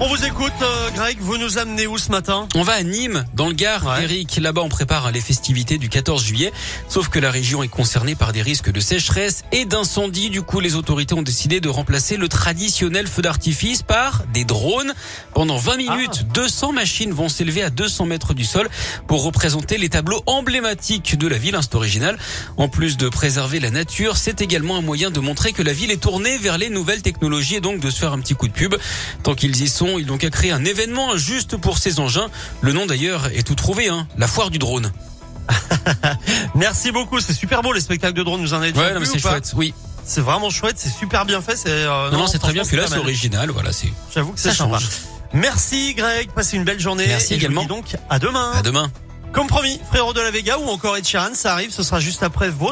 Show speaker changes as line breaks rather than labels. On vous écoute, euh, Greg. Vous nous amenez où ce matin
On va à Nîmes, dans le Gard,
Ouais.
Eric. Là-bas, on prépare les festivités du 14 juillet. Sauf que la région est concernée par des risques de sécheresse et d'incendie. Du coup, les autorités ont décidé de remplacer le traditionnel feu d'artifice par des drones. Pendant 20 minutes, 200 machines vont s'élever à 200 mètres du sol pour représenter les tableaux emblématiques de la ville. hein, C'est original. En plus de préserver la nature, c'est également un moyen de montrer que la ville est tournée vers les nouvelles technologies et donc de se faire un petit coup de pub. Tant qu'ils y sont, ils ont qu'à créer un événement juste pour ces engins. Le nom d'ailleurs est tout trouvé, hein, la foire du drone.
Merci beaucoup. C'est super beau les spectacles de drones. Nous en avez déjà
non, mais
vu
c'est
ou pas
chouette. Oui.
C'est vraiment chouette. C'est super bien fait. C'est euh,
Non, non, c'est très
franchement,
bien. Puis là,
pas
c'est
mal.
original. Voilà, c'est.
J'avoue que
Ça
c'est sympa.
change.
Merci, Greg. Passez une belle journée.
Merci
Et je vous
également.
dis donc à demain.
À demain.
Comme promis, frérot de la Vega ou encore Ed Sheeran, ça arrive. Ce sera juste après votre.